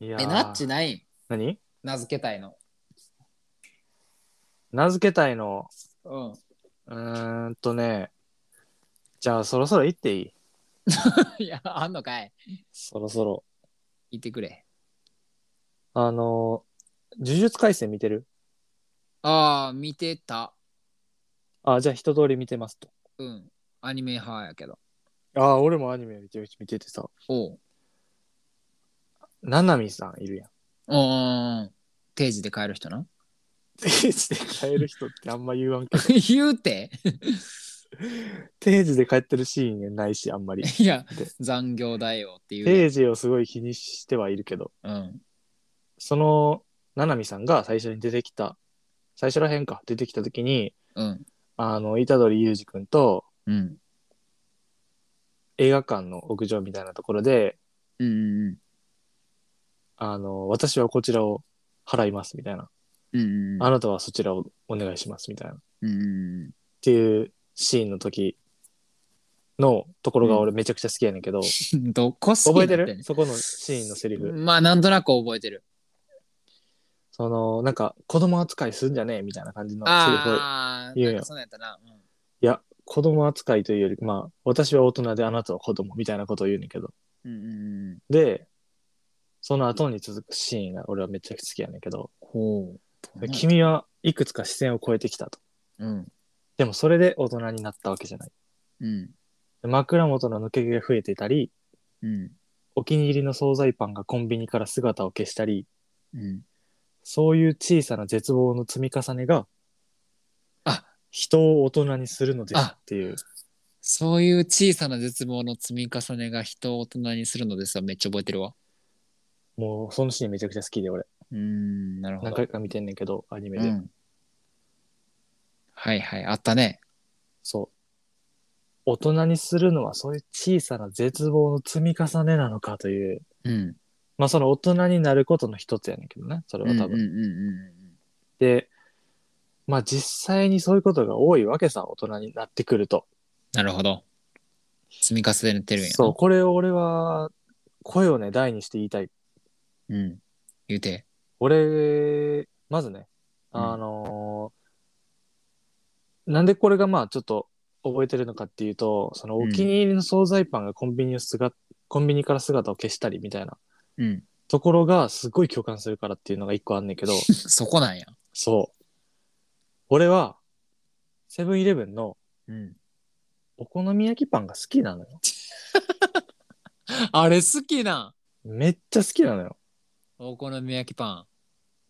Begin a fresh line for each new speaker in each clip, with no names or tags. いやー
え、ナッチないん
何
名付けたいの。
名付けたいの
うん。
うーんとねじゃあそろそろ行っていい
いや、あんのかい。
そろそろ
言ってくれ。
あのー呪術廻戦見てる
ああ、見てた。
あじゃあ一通り見てますと
うん。アニメ派やけど。
ああ俺もアニメ見て見ててさ
おう。
ななみさんいるやん
うんうん。定時で帰る人な。
定時で帰る人ってあんま言わんけど
言うて。
定時で帰ってるシーンないしあんまり
いや
で、
残業だよっていう。
定時をすごい気にしてはいるけど
うん。
そのななみさんが最初に出てきた最初らへんか出てきた時に
うん。
あの虎杖裕二君と
うん。
映画館の屋上みたいなところで
うんうん
あの私はこちらを払いますみたいな、
うん。うんうん
あなたはそちらをお願いしますみたいなっ
うんうんうん。
ていうシーンの時のところが俺めちゃくちゃ好きやねんけど、
ど こ好き
覚え
にな
て
ってん
るそこのシーンのセリフ、
まあ、なんとなく覚えてる。
そのなんか子供扱いすんじゃねえみたいな感じのセリフを
ああ、
言うよ
なんかそうなんやったな。うん
いや子供扱いというよりまあ私は大人であなたは子供みたいなことを言うねんけど
うんうんうん。
でその後に続くシーンが俺はめちゃくちゃ好きやねんけど、
ほう。
君はいくつか視線を超えてきたと
うん。
でもそれで大人になったわけじゃない
うん。
枕元の抜け毛が増えていたり
うん。
お気に入りの惣菜パンがコンビニから姿を消したり
うん。
そういう小さな絶望の積み重ねが
あ
人を大人にするのです
あ
っていう
そういう小さな絶望の積み重ねが人を大人にするのでさ、めっちゃ覚えてるわ。
もうそのシーンめちゃくちゃ好きで俺
うーん、なるほど。
何回か見てんねんけどアニメで、
うんはいはい、あったね。
そう大人にするのはそういう小さな絶望の積み重ねなのかという
うん。
まあその大人になることの一つやねんけどねそれは多分、
うんうんうん
でまあ実際にそういうことが多いわけさ大人になってくると
なるほど。積み重ねてるんやな。
そうこれを俺は声をね大にして言いたい
うん。言うて。
俺まずねあのーなんでこれがまあちょっと覚えてるのかっていうとその
う
お
ん
気に入りの惣菜パンがコンビニをすがコンビニから姿を消したりみたいな
うん。
ところがすごい共感するからっていうのが一個あんねん けど
そこなんや。
そう俺はセブンイレブンの
うん。
お好み焼きパンが好きなのよ
あれ好きなん
めっちゃ好きなのよ
お好み焼きパ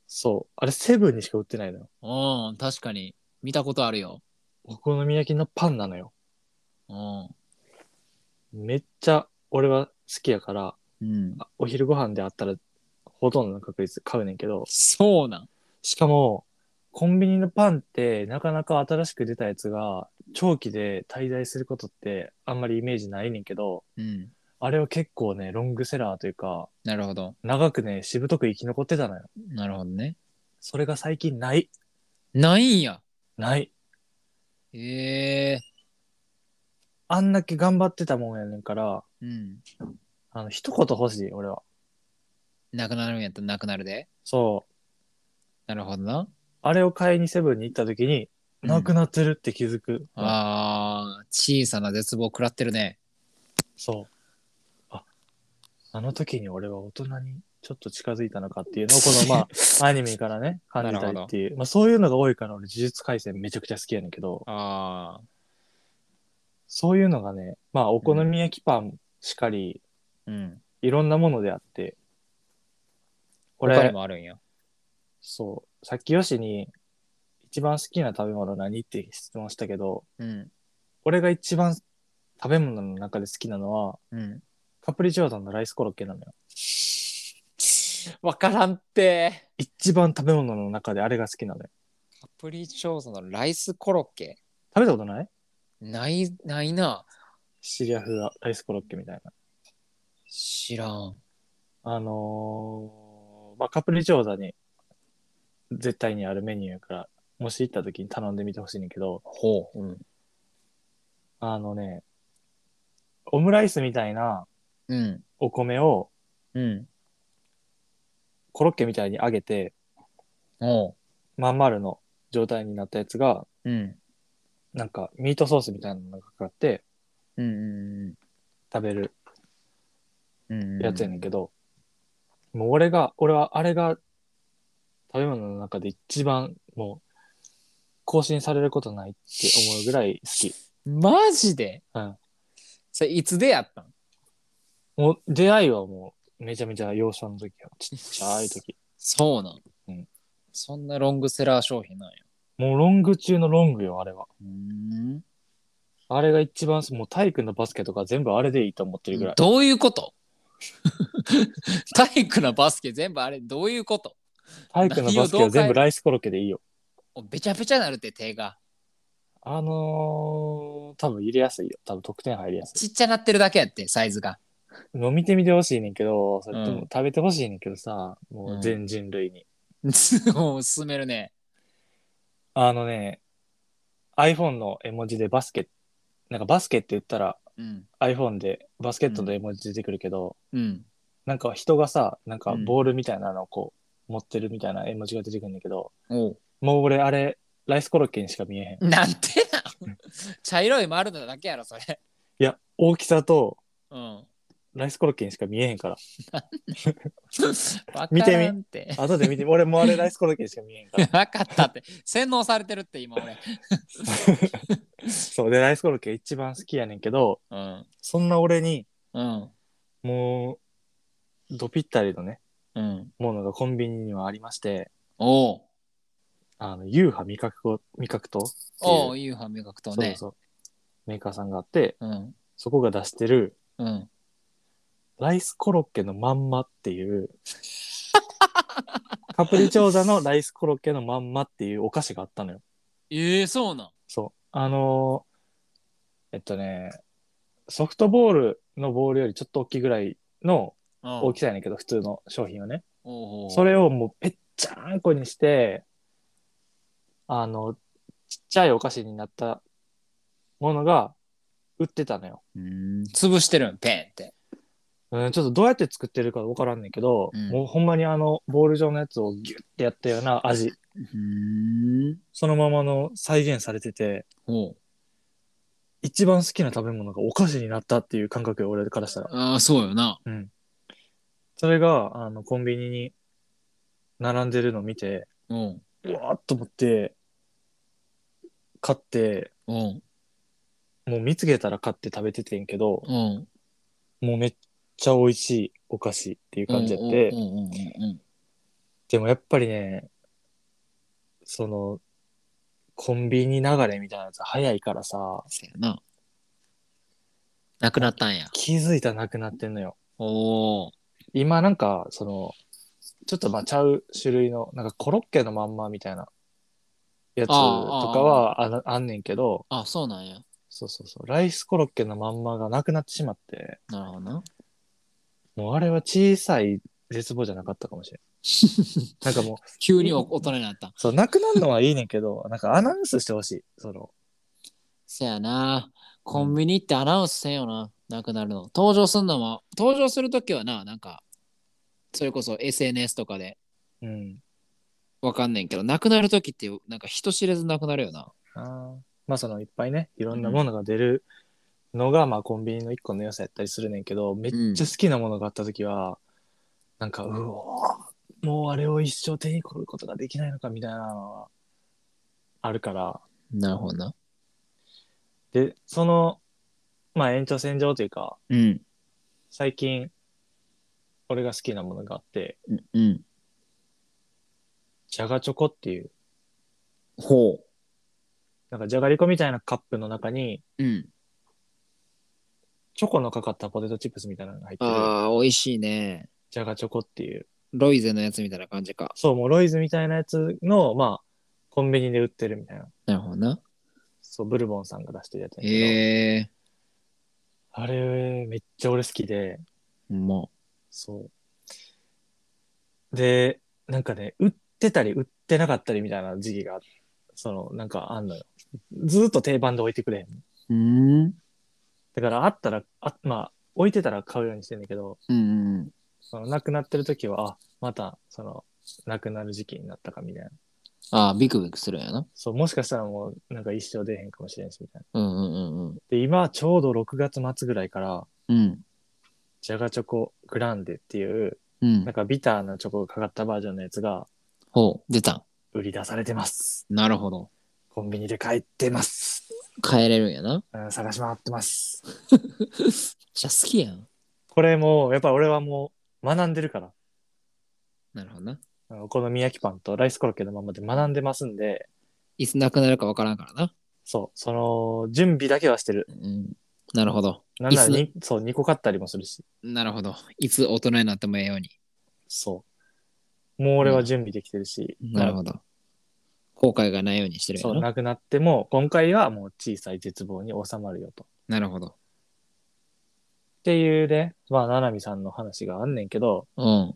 そうあれセブンにしか売ってないのよ
ン。うん、確かに。見たことあるよ。
お好み焼きのパンなのよ
うん。
めっちゃ俺は好きやから
うん。
あお昼ご飯であったらほとんどの確率買うねんけど
そうなん。
しかもコンビニのパンってなかなか新しく出たやつが長期で滞在することってあんまりイメージないねんけど
うん。
あれは結構ねロングセラーというか
なるほど。
長くねしぶとく生き残ってたのよ
なるほどね。
それが最近ない
ないんや。
ない
ええ
あんだけ頑張ってたもんやねんから
うん。
あの一言欲しい俺は
なくなるんやったらなくなるで。
そう
なるほどな。
あれを買いにセブンに行った時に
うん
なくなってるって気づく、
ああ、小さな絶望食らってるね。
そう。あ、あの時に俺は大人にちょっと近づいたのかっていうのを、このま あ、アニメからね、感じたりっていう。まあ、そういうのが多いから俺、呪術廻戦めちゃくちゃ好きやねんけど、
ああ。
そういうのがね、まあ、お好み焼きパンしかり、
うん。
いろんなものであって、
他に
俺、
もあるんや。
そう、さっきよしに、一番好きな食べ物何って質問したけど、
うん。
俺が一番食べ物の中で好きなのは、
うん。
カプリチョーダンのライスコロッケなのよ。
わからんって。
一番食べ物の中であれが好きなのよ。
カプリチョーザのライスコロッケ
食べたことない
ない、ないな。
シチリア風ライスコロッケみたいな。
知らん。
あのーまあ、カプリチョーザに絶対にあるメニューやからもし行った時に頼んでみてほしいねんけど、
ほう。うん。
あのね、オムライスみたいな
うん。
お米を
うん。
コロッケみたいに揚げて、
おう。
まん丸の状態になったやつが、
うん。
なんかミートソースみたいなのがかかって
うんうん
食べる
うん。うん。
やつやねんけど、もう俺が、俺はあれが食べ物の中で一番もう更新されることないって思うぐらい好き。
マジで
うん。
それいつでやったん
もう出会いはもうめちゃめちゃ幼少の時よ。ちっちゃい時。
そうなん。
うん
そんなロングセラー商品なんや。
もうロング中のロングよ、あれは。
うん。
あれが一番す、もう体育のバスケとか全部あれでいいと思ってるぐらい。
どういうこと 体育のバスケ全部あれどういうこと
体育のバスケは全部ライスコロッケでいいよ。
おべちゃべちゃなるって手が
あのー、多分入れやすいよ。多分得点入りやす
ちっちゃなってるだけやってサイズが
い。飲みてみてほしいねんけど、それと
うん
も食べてほしいねんけどさ、もう全人類に。
もう進めるね
あのね、iPhone の絵文字でバスケ、なんかバスケって言ったら
うん
iPhone でバスケットの絵文字出てくるけど、
うん
なんか人がさ、なんか
うん
ボールみたいなのをこう持ってるみたいな絵文字が出てくるんだけど、
おう
もう俺あれ、ライスコロッケにしか見えへん。い
なん てな茶色い丸のだけやろそれ
や、大きさと
うん
ライスコロッケにしか見えへんから。
わ
見てみ
からんって
後で見て、俺もうあれライスコロッケにしか見えへんから。
わかったって洗脳されてるって今俺
そう、で、ライスコロッケ一番好きやねんけど、
うん
そんな俺に、
うん
もう、ドピッタリのね、
うん
ものがコンビニにはありまして、
おう
あの、ユーハ味覚と、味覚とっていう
おういう歯磨くとね
そうそう。メーカーさんがあって、
うん
そこが出してる、
うん
ライスコロッケのまんまっていう、カプリチョーザのライスコロッケのまんまっていうお菓子があったのよ。
ええそうなん
そう。あのーえっとね、ソフトボールのボールよりちょっと大きいぐらいの
うん
大きさやねんけど、普通の商品はね。
おうおう
それをもうぺっちゃんこにして、あの、ちっちゃいお菓子になったものが売ってたのよ。
うーん潰してるんペンって
うん、ちょっとどうやって作ってるか分からんねんけど、
うん
もうほんまにあのボール状のやつをギュッてやったような味
うん
そのままの再現されてて
おう
一番好きな食べ物がお菓子になったっていう感覚よ俺からしたら、
ああそうよな
うん、それがあのコンビニに並んでるの見て
うん
うわーっと思って買って
うん
もう見つけたら買って食べててんけど
うん
もうめっちゃ美味しいお菓子っていう感じやって、
うんうんうんうん
でもやっぱりね、その、コンビニ流れみたいなやつ早いからさ、
せやななくなったんや
気づいたらなくなってんのよ。
おお
今なんか、その、ちょっとまあちゃう種類の、なんかコロッケのまんまみたいなやつとかはあなあんねんけど、
あそうなんや
そうそうそう、ライスコロッケのまんまがなくなってしまって、
なるほどな
もうあれは小さい絶望じゃなかったかもしれん。 なんかもう、
急にお大人になった
そう、なくなるのはいいねんけど、 なんかアナウンスしてほしい。その、
せやなコンビニってアナウンスせんよななくなるの登場すんのも登場するときはななんかそれこそ SNS とかで
うん。
わかんねんけどなくなるときってなんか人知れずなくなるよな
あーまあそのいっぱいねいろんなものが出るのが、まあコンビニの一個の良さやったりするねんけどめっちゃ好きなものがあった時は、なんかうおーもうあれを一生手に取ることができないのかみたいなのはあるから
なるほどな
でそのまあ延長線上というか
うん
最近俺が好きなものがあって
うんうん
じゃがチョコっていう
ほ
なんかじゃがりこみたいなカップの中に
ううん
チョコのかかったポテトチップスみたいなのが入ってる
ああ、美味しいね。
じゃがチョコっていう
ロイゼのやつみたいな感じか。
そう、もうロイズみたいなやつの、まあ、コンビニで売ってるみたいな。
なるほどな。
そう、ブルボンさんが出してるやつやけど、
へえ
あれ、めっちゃ俺好きで、
ー。も
そう。で、なんかね、売ってたり売ってなかったりみたいな時期が、その、なんかあんのよ。ずーっと定番で置いてくれへん。
うん。うん
だからあったら、あまあ、置いてたら買うようにしてんだけど、
うん。
その、なくなってる時は、あ、また、その、なくなる時期になったかみたいな。
ああ、ビクビクするんやな。
そう、もしかしたらもう、なんか一生出えへんかもしれんし、みたいな。
うんうんうんうん。
で、今、ちょうど6月末ぐらいから、
うん。
ジャガチョコグランデっていう、
うん
なん。かビターなチョコがかかったバージョンのやつが
ほう、出た。
売り出されてます。
なるほど。
コンビニで買ってます。
帰れるんやな。
うん探し回ってます。
じゃあ好きやん。
これも、やっぱ俺はもう学んでるから、
なるほどな。
うんお好み焼きパンとライスコロッケのままで学んでますんで、
いつなくなるかわからんからな。
そう、その、準備だけはしてる。
うん。なるほど。
なんなら
いつ
に、そう、2個買ったりもするし、
なるほど。いつ大人になってもええように。
そう。もう俺は準備できてるし、
なるほど。後悔がないようにしてるん
そ
や
う、
な。
なくなっても、今回はもう小さい絶望に収まるよと。
なるほど。
っていうね、まあ、ななみさんの話があんねんけど、
うん。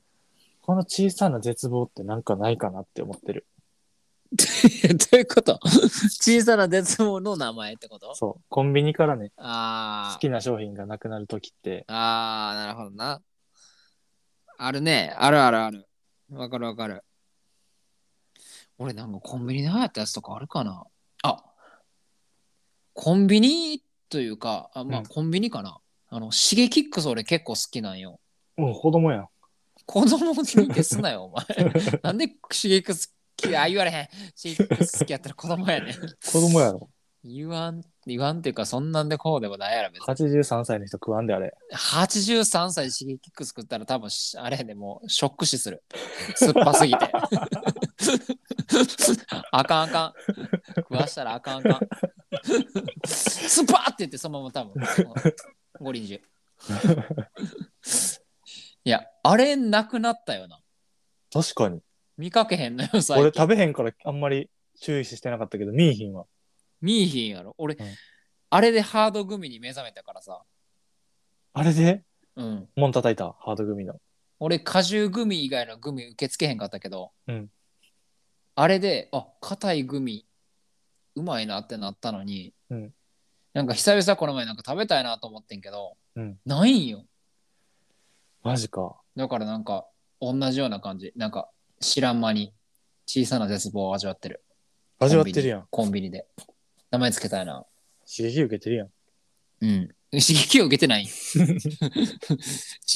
この小さな絶望ってなんかないかなって思ってる。
どういうこと 小さな絶望の名前ってこと
そう。コンビニからね、好
あー
きな商品がなくなるときって、
あー、なるほどな。あるね。あるあるある。わかるわかる。俺なんかコンビニで流行ったやつとかあるかなあコンビニというか、あま
う
あ
ん
コンビニかな。あの、シゲキックス俺結構好きなんよ。
うん、子供やん。
子供に受けすなよ、お 前。なんで刺激好き、あ、言われへん。刺激好きやったら子供やねん。
子供やろ。
言わん、言わんっていうか、そんなんでこうでもないやろ、別に。
83歳の人食わんであれ。
83歳で刺激キック作ったら多分し、あれやでもう、ショック死する。酸っぱすぎて。 あかんあかん。食わしたらあかんあかん。スパーって言って、そのまま多分、五輪中。いや、あれなくなったよな。
確かに。
見かけへんのよ、最近。
俺食べへんからあんまり注意してなかったけど、見えひんわ。
見えひんやろ俺、
うん
あれでハードグミに目覚めたからさ、
あれで、
うん、
もん叩いた、ハード組の。
俺果汁グミ以外のグミ受け付けへんかったけど、
うん
あれであ硬いグミうまいなってなったのに、
うん
なんか久々この前なんか食べたいなと思ってんけど、
うん
ないんよ
マジか。
だからなんか同じような感じなんか知らん間に小さな絶望を味わってる
味わってるやん。
コンビニコンビニで名前つけたいな
刺激受けてるやん。
うん。刺激を受けてない。刺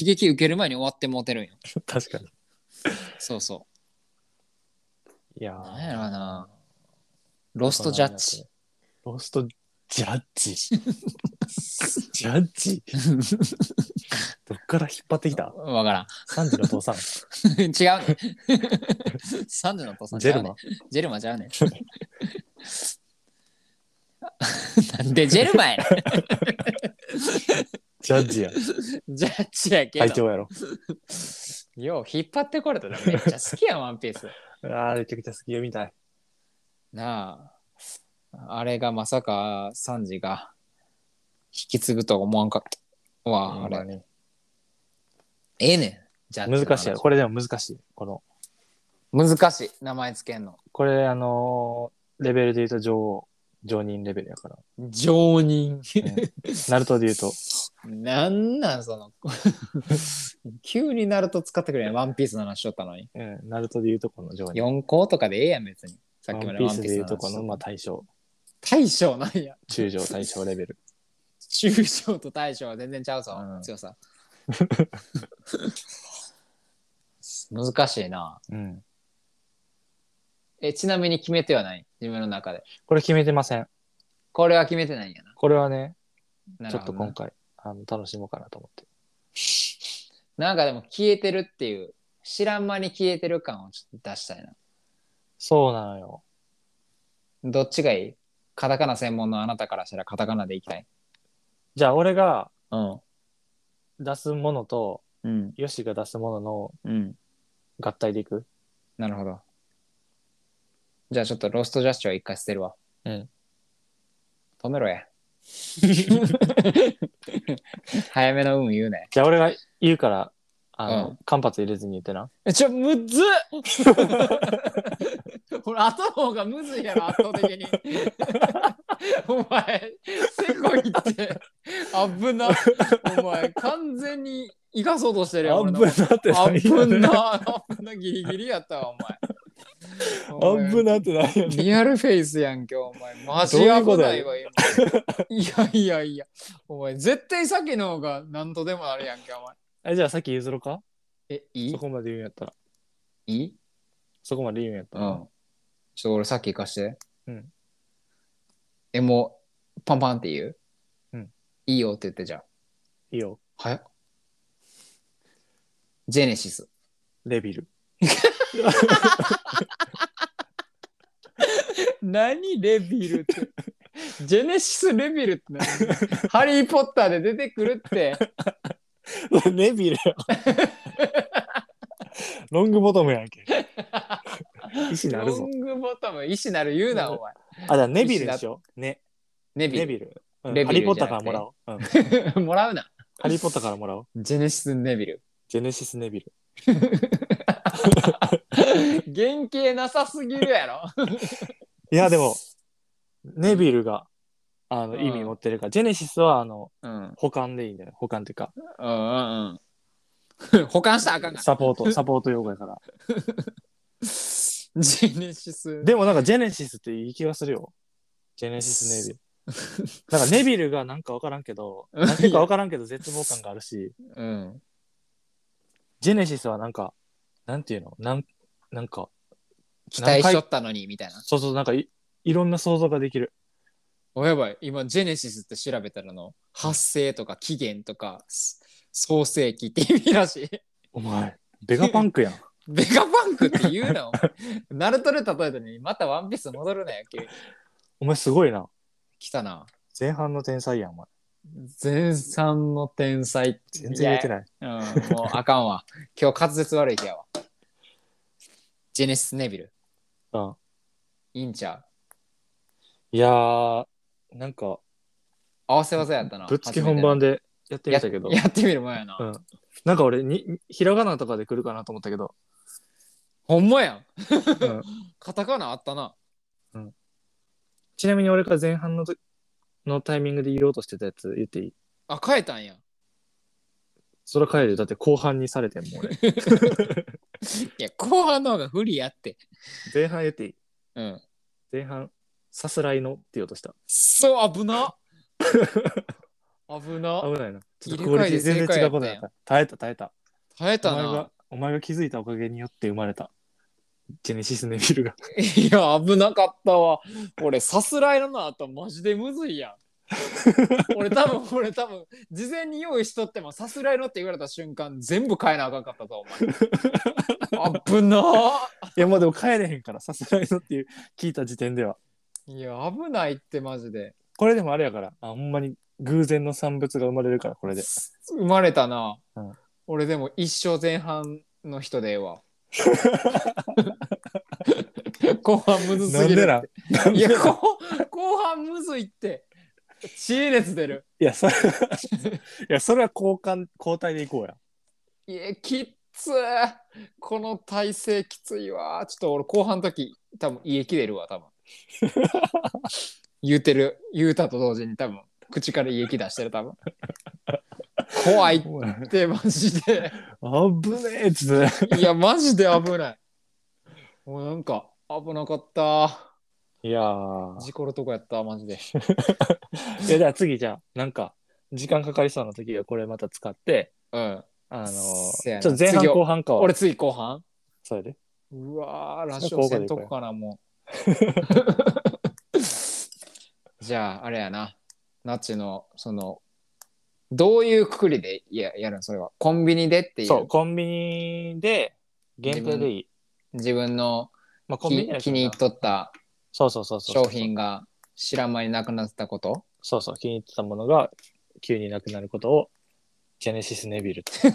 激受ける前に終わってもうてるんよ。
確かに。
そうそ
いやー
う。なんやろな。ロストジャッジ。。
ロストジャッ ジ。ジャッジどっから引っ張ってきた
わからん。
サンジの父さん。
違うね。サンジの父さんち
ジェ
ゃ
ル
うね。
マ
ジェルマちゃうね。なんでジェルマ やね
ジャッジや。
んジャッジやけ
会
ど。
長やろ。
よう引っ張ってこれたらめっちゃ好きやん、ワンピース。
ああ、めちゃくちゃ好きよみたい。
なあ。あれがまさかサンジが引き継ぐとは思わんかった。わあ、あれ。
ね。
ええねん。じゃあ
難しいやろ。これでも難しい。この、
難しい。名前つけんの。
これ、あのーレベルで言うと女王、常任レベルやから。
常任。
ナルトで言うと、
なんなん、その。 急にナルト使ってくれん。ワンピースの話しとったのに。
うん、ナルトで言うとこの常任。
4校とかでええやん、別に。さっ
ワ
きま
ン
で
ピー
ワン
スで
ピース
言
の
うとこ
話
の、まあ、大将、
大将なんや。
中将、大将レベル。
中将と大将は全然ちゃうぞ。
うん
強さ。難しいな。
うん。
え、ちなみに決めてはない。自分の中で。
これ決めてません。
これは決めてないんやな。
これはね、
な
ちょ
る
っと
ほど
今
な
回、あの楽しもうかなと思って。
なんかでも消えてるっていう、知らん間に消えてる感をちょっと出したいな。
そうなのよ。
どっちがいいカタカナ専門のあなたからしたらカタカナでいきたい。
じゃあ、俺が
うん。
出すものと、
うん。
ヨシが出すものの
うん。
合体でいく
なるほど。じゃあちょっとロストジャッジは一回捨てるわ。
うん。
止めろ や。早めの運言うね。
じゃあ、俺が言うから、あの、
う
間髪入れずに言ってな。
えちょ、む ずっほら、後の方がむずいやろ、圧倒的に。 お前、せこいって、危な。お前、完全に生かそうとしてるや
危
ん。
なって
あ
ないよ
ぶ
ね。
な、危な、ギリギリやったわ、お 前。
危なってないよね。
リアルフェイスやんけ、お前。マジ
どう
危
いうこと
ないわ、今。いやいやいや、お前、絶対さっきの方が何とでもあるやんけ、お前。
え、じゃあさっき譲ろうか
え、い
そこまで言うんやったら。
いいい
そこまで言うんやった
う
ら。
ん。ちょっと俺さっき行かして。
うん。
え、もう、パンパンって言う
うん。
いいよって言ってじゃん。
いいよ。
はやジェネシス。
レビル。
何レビルって。 ジェネシスレビルって何 ハリー・ポッターで出てくるって。
レビルや。ロングボトムやんけ。石 なる
ロ
ぞ。
ングボトム、意志なる言うな、お前。
あ、じゃあネビルでしょ。ね。
ネビ
ネ
ル。
ビル。うん
レ
ハ
ビ
リー・ポ
ル
ッ
じ
タ
ゃ
ーか
な
ら
くて
もらおう。うん
もらうな。
ハリー・ポッターからもら おう。
ジェネシスネビル。
ジェネシス・ネビル。
原型なさすぎるやろ。
いや、でも、ネビルがあ
う
の
ん
意味持ってるから、ジェネシスはあの
うん。
保管でいいんだよ。保管っていうか、
うんうんうん。 保管したらあかんか。
サポート、サポート用語やから。
ジェネシス。
でもなんかジェネシスっていい気がするよ。ジェネシス・ネビル。 なんかネビルがなんかわからんけど、
うん
なんていうかわからんけど絶望感があるし、
うん。
ジェネシスはなんか、なんていうのなんなんか、
期待しとったのに、みたいな。
そうそう、なんかいいろんな想像ができる。
おやばい、今、ジェネシスって調べたらの、発生とか起源とか、す創世記って意味らしい。
お前、ベガパン クやん。
ベガパンクって言う な、お前。ナルトで例えたのに、またワンピース戻るなよ、急に。
お前すごいな。
来たな。
前半の天才やん、お前。
前三の天才。
全然言えてない。
いや。うん、もうあかんわ。今日滑舌悪い日やわ。ジェネシスネビル。
うん。
いいんちゃう
いやー、なんか、
合わせ技やったな。
ぶっつけ本番でやってみ
や
たけど、
やってみるもんやな。
うん。なんか俺に、ひらがなとかで来るかなと思ったけ ど、
ほんまやん。
うん
カタカナあったな。
ちなみに俺が前半のとのタイミングで言おうとしてたやつ言っていい
あ、変えたんや。
それ帰るよだって後半にされてん もん俺
いや、後半の方が不利やって。
前半言っていい
うん。
前半さすらいのって言おうとした
そう、危 な。危な。
危ないなちょっとクオリティ全然違うことやった耐えた耐えた
耐え
お
た
前が
な。
お前が気づいたおかげによって生まれたジェネシスネビルが
いや、危なかったわ。俺、さすらいの後、マジでむずいやん。俺多分俺多分事前に用意しとってもさすらいのって言われた瞬間全部変えなあかんかったぞお前危ない
やもうでも帰れへんからさすらいのっていう聞いた時点ではい
や危ないってマジで
これでもあれやからあほんまに偶然の産物が生まれるからこれで
生まれたな、
うん
俺でも一生前半の人でえ えわ後半むず
な
す
ん
ぎ
で
る
なんなん
い
で
や
なん
後後半むずいって知恵熱出る
いやそれ いやそれは交換交代でいこうや
いやきっつーこの体勢きついわちょっと俺後半の時多分家切れるわ多分言うてる言うたと同時に多分口から家気出してる多分怖いっ
お前
てマジで
危ねえっつって
いや、マジで危ない。もうなんか、危なかった。
いやー
事故るとこやった、マジで。
いやじゃあ次じゃあなんか時間かかりそうな時はこれまた使って
うん。
あのー
せ
ちょ
やな
っと前半
次を
後半かは
俺、次後半
それで
うわー、ラジオせんとこかな、も う。じゃあ、あれやな。ナチの、その、どういうくくりでややるのそれは。コンビニでってい
そう
う、
コンビニで限定でいい
自分の
まあコンビニ
気
やけど
気に入っとった
そうそうそうそう
商品が知らん間になくなってたこと
そうそう気に入ってたものが急になくなることをジェネシスネビルって